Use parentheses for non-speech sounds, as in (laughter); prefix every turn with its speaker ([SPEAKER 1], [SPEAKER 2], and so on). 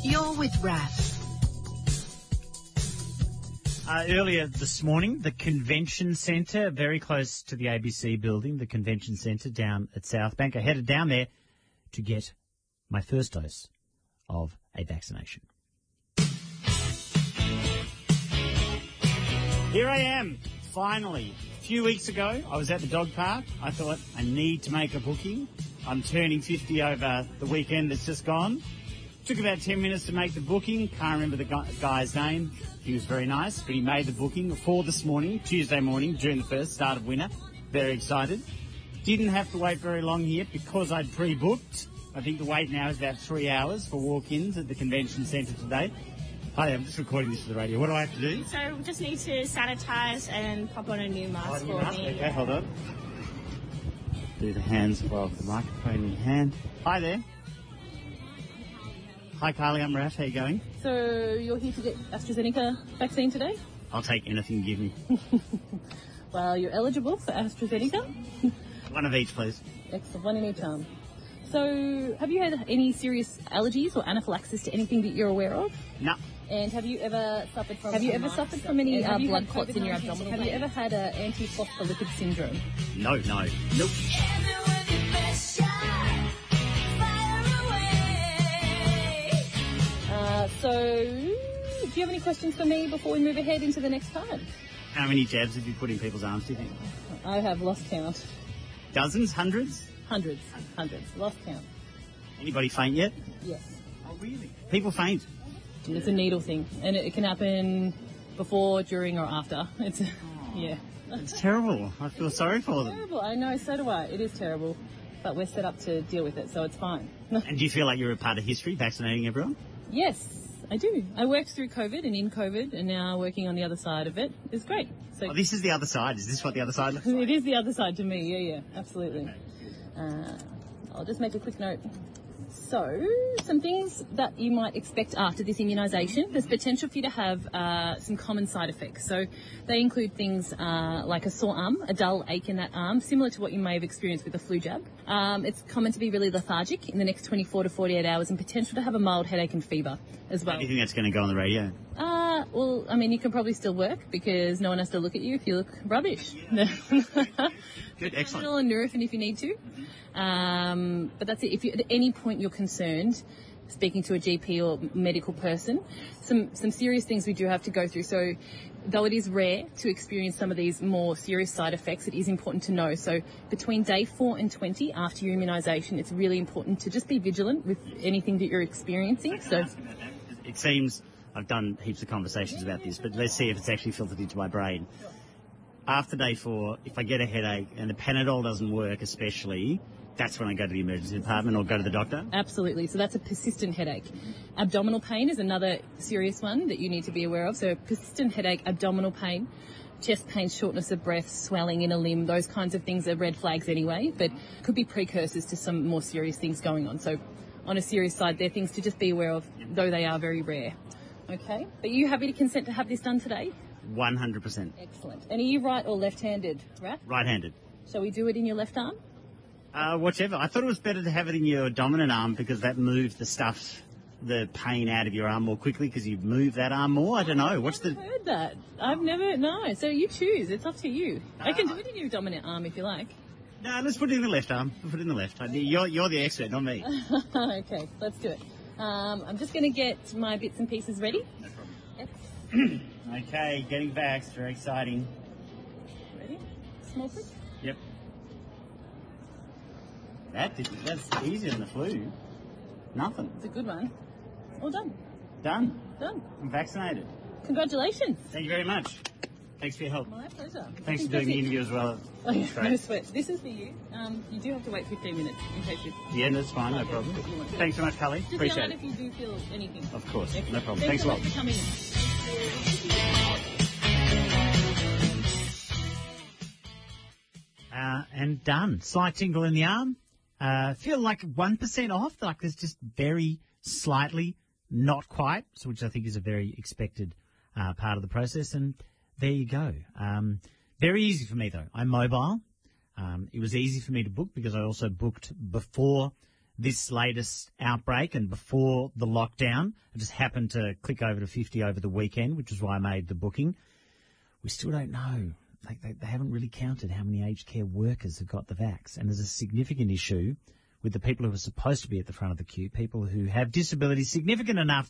[SPEAKER 1] You're with Raf.
[SPEAKER 2] Uh, earlier this morning, the convention centre, very close to the ABC building, the convention centre down at South Bank, I headed down there to get my first dose of a vaccination. Here I am, finally. A few weeks ago, I was at the dog park. I thought, I need to make a booking. I'm turning 50 over the weekend that's just gone. Took about 10 minutes to make the booking. Can't remember the gu- guy's name. He was very nice, but he made the booking for this morning, Tuesday morning, June the 1st, start of winter. Very excited. Didn't have to wait very long here because I'd pre-booked. I think the wait now is about three hours for walk-ins at the convention centre today. Hi, I'm just recording this for the radio. What do I have to do?
[SPEAKER 3] So we just need to sanitize and pop on a new
[SPEAKER 2] Oh,
[SPEAKER 3] mask
[SPEAKER 2] you
[SPEAKER 3] for
[SPEAKER 2] must.
[SPEAKER 3] me.
[SPEAKER 2] Okay, hold on. Do the hands while the microphone in your hand. Hi there. Hi Carly, I'm Raf. How you going?
[SPEAKER 4] So you're here to get AstraZeneca vaccine today?
[SPEAKER 2] I'll take anything you give me. (laughs)
[SPEAKER 4] Well, you're eligible for AstraZeneca.
[SPEAKER 2] One of each, please.
[SPEAKER 4] Excellent, one in each arm. So have you had any serious allergies or anaphylaxis to anything that you're aware of?
[SPEAKER 2] No.
[SPEAKER 4] And have you ever suffered from? Have you ever suffered
[SPEAKER 3] stuff?
[SPEAKER 4] from any
[SPEAKER 3] And have
[SPEAKER 4] uh,
[SPEAKER 3] you
[SPEAKER 4] blood
[SPEAKER 3] had
[SPEAKER 4] clots in your
[SPEAKER 3] COVID-19?
[SPEAKER 4] abdominal? Have you ever had an antiphospholipid syndrome?
[SPEAKER 2] No, no. Nope.
[SPEAKER 4] Uh, so do you have any questions for me before we move ahead into the next part?
[SPEAKER 2] How many jabs have you put in people's arms, do you think?
[SPEAKER 4] I have lost count.
[SPEAKER 2] Dozens? Hundreds?
[SPEAKER 4] Hundreds, hundreds, lost count.
[SPEAKER 2] Anybody faint yet?
[SPEAKER 4] Yes.
[SPEAKER 2] Oh, really? People faint.
[SPEAKER 4] It's a needle thing, and it, it can happen before, during, or after. (laughs) It's yeah,
[SPEAKER 2] It's terrible. I feel sorry for them.
[SPEAKER 4] terrible. I know. So do I. It is terrible, but we're set up to deal with it, so it's fine. (laughs)
[SPEAKER 2] And do you feel like you're a part of history, vaccinating everyone?
[SPEAKER 4] yes, I do. I worked through COVID and in COVID, and now working on the other side of it is great. So
[SPEAKER 2] Oh, this is the other side. Is this what the other side looks (laughs) like?
[SPEAKER 4] it is the other side to me. Yeah, yeah, absolutely. Uh, I'll just make a quick note. So, some things that you might expect after this immunisation. There's potential for you to have uh, some common side effects. So, they include things uh, like a sore arm, a dull ache in that arm, similar to what you may have experienced with the flu jab. Um, it's common to be really lethargic in the next 24 to 48 hours, and potential to have a mild headache and fever as well.
[SPEAKER 2] Do you think that's going to go on the radio?
[SPEAKER 4] Uh, well, I mean, you can probably still work because no one has to look at you if you look rubbish. (laughs)
[SPEAKER 2] Good,
[SPEAKER 4] Put
[SPEAKER 2] excellent.
[SPEAKER 4] it all on Nurofen if you need to. Um, but that's it. If you, at any point you're concerned, speaking to a GP or medical person, some, some serious things we do have to go through. So, though it is rare to experience some of these more serious side effects, it is important to know. So, between day four and 20 after your immunisation, it's really important to just be vigilant with anything that you're experiencing. So,
[SPEAKER 2] It seems I've done heaps of conversations about this, but let's see if it's actually filtered into my brain. After day four, if I get a headache and the Panadol doesn't work, especially, that's when I go to the emergency department or go to the doctor.
[SPEAKER 4] Absolutely. So that's a persistent headache. Abdominal pain is another serious one that you need to be aware of. So persistent headache, abdominal pain, chest pain, shortness of breath, swelling in a limb, those kinds of things are red flags anyway, but could be precursors to some more serious things going on. So on a serious side, they're things to just be aware of, though they are very rare. Okay. But you happy to consent to have this done today?
[SPEAKER 2] 100%.
[SPEAKER 4] Excellent. And are you right or left-handed, Raf?
[SPEAKER 2] Right-handed.
[SPEAKER 4] Shall we do it in your left arm?
[SPEAKER 2] Uh, whichever. I thought it was better to have it in your dominant arm because that moved the stuff, the pain out of your arm more quickly because you move that arm more. I don't know. What's the...
[SPEAKER 4] heard that. I've never no. So you choose. It's up to you. I can do it in your dominant arm if you like. (laughs)
[SPEAKER 2] No, let's put it in the left arm. Put it in the left. You're, you're the expert, not me.
[SPEAKER 4] okay, let's do it. Um, I'm just going to get my bits and pieces ready.
[SPEAKER 2] Okay, getting back. It's very exciting.
[SPEAKER 4] Ready? Small prick.
[SPEAKER 2] Yep. That did, that's easier than the flu. Nothing.
[SPEAKER 4] It's a good one. All done.
[SPEAKER 2] Done.
[SPEAKER 4] Done.
[SPEAKER 2] I'm vaccinated.
[SPEAKER 4] Congratulations.
[SPEAKER 2] Thank you very much. Thanks for your help.
[SPEAKER 4] My pleasure.
[SPEAKER 2] Thanks for doing the interview as well. That's
[SPEAKER 4] (laughs) no
[SPEAKER 2] great.
[SPEAKER 4] sweat. This is for you. Um, you do have to wait 15 minutes in case you.
[SPEAKER 2] Yeah, that's fine. No problem. Thanks so much, Carly.
[SPEAKER 4] Just
[SPEAKER 2] Appreciate
[SPEAKER 4] yell
[SPEAKER 2] it.
[SPEAKER 4] out if you do feel anything.
[SPEAKER 2] Of course. No problem. Thanks a
[SPEAKER 4] Thanks so
[SPEAKER 2] lot.
[SPEAKER 4] much for coming in.
[SPEAKER 2] Uh, and done. Slight tingle in the arm. Uh, feel like 1% off. Like there's just very slightly, not quite, so which I think is a very expected uh, part of the process. And there you go. Um, very easy for me though. I'm mobile. Um, it was easy for me to book because I also booked before this latest outbreak and before the lockdown. I just happened to click over to 50 over the weekend, which is why I made the booking. We still don't know. Like they, they haven't really counted how many aged care workers have got the vax. And there's a significant issue with the people who are supposed to be at the front of the queue, people who have disabilities significant enough